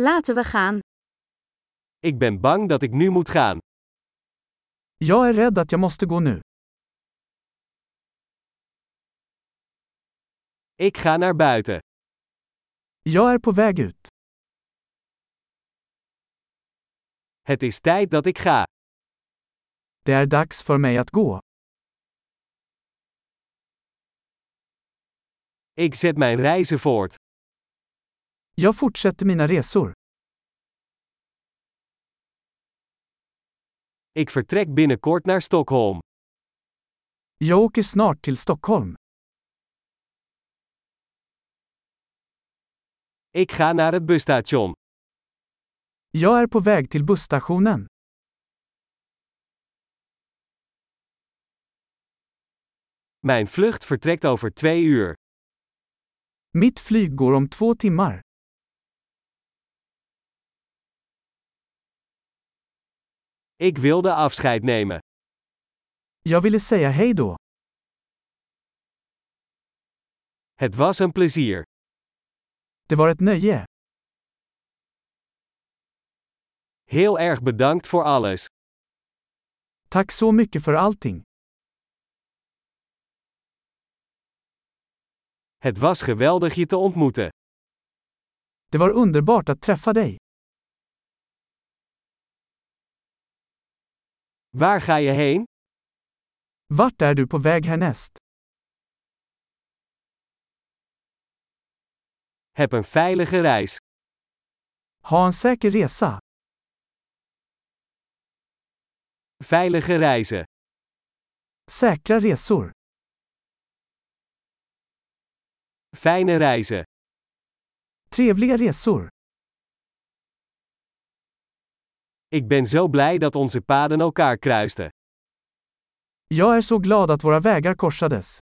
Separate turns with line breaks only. Laten we gaan.
Ik ben bang dat ik nu moet gaan.
Jag är rädd att jag måste gå nu.
Ik ga naar buiten.
Jag är på väg ut.
Het is tijd dat ik ga.
Det är dags för mig att gå.
Ik zet mijn reizen voort.
Jag fortsätter mina resor.
Ik vertrek binnenkort naar Stockholm.
Jag åker snart till Stockholm.
Ik ga naar het busstation.
Jag är på väg till busstationen.
Mijn vlucht vertrekt over twee uur.
Mitt flyg går om två timmar.
Ik wilde afscheid nemen.
Jag ville säga hej då.
Het was een plezier.
Det var ett nöje.
Heel erg bedankt voor alles.
Tack så mycket för allting.
Het was geweldig je te ontmoeten.
Det var underbart att träffa dig.
Waar ga je heen?
Vart är du på väg härnäst?
Heb een veilige reis.
Ha en säker resa.
Veilige reizen.
Säkra resor.
Fijne reizen.
Trevliga resor.
Ik ben zo blij dat onze paden elkaar kruisten.
Jag är så glad att våra vägar korsades.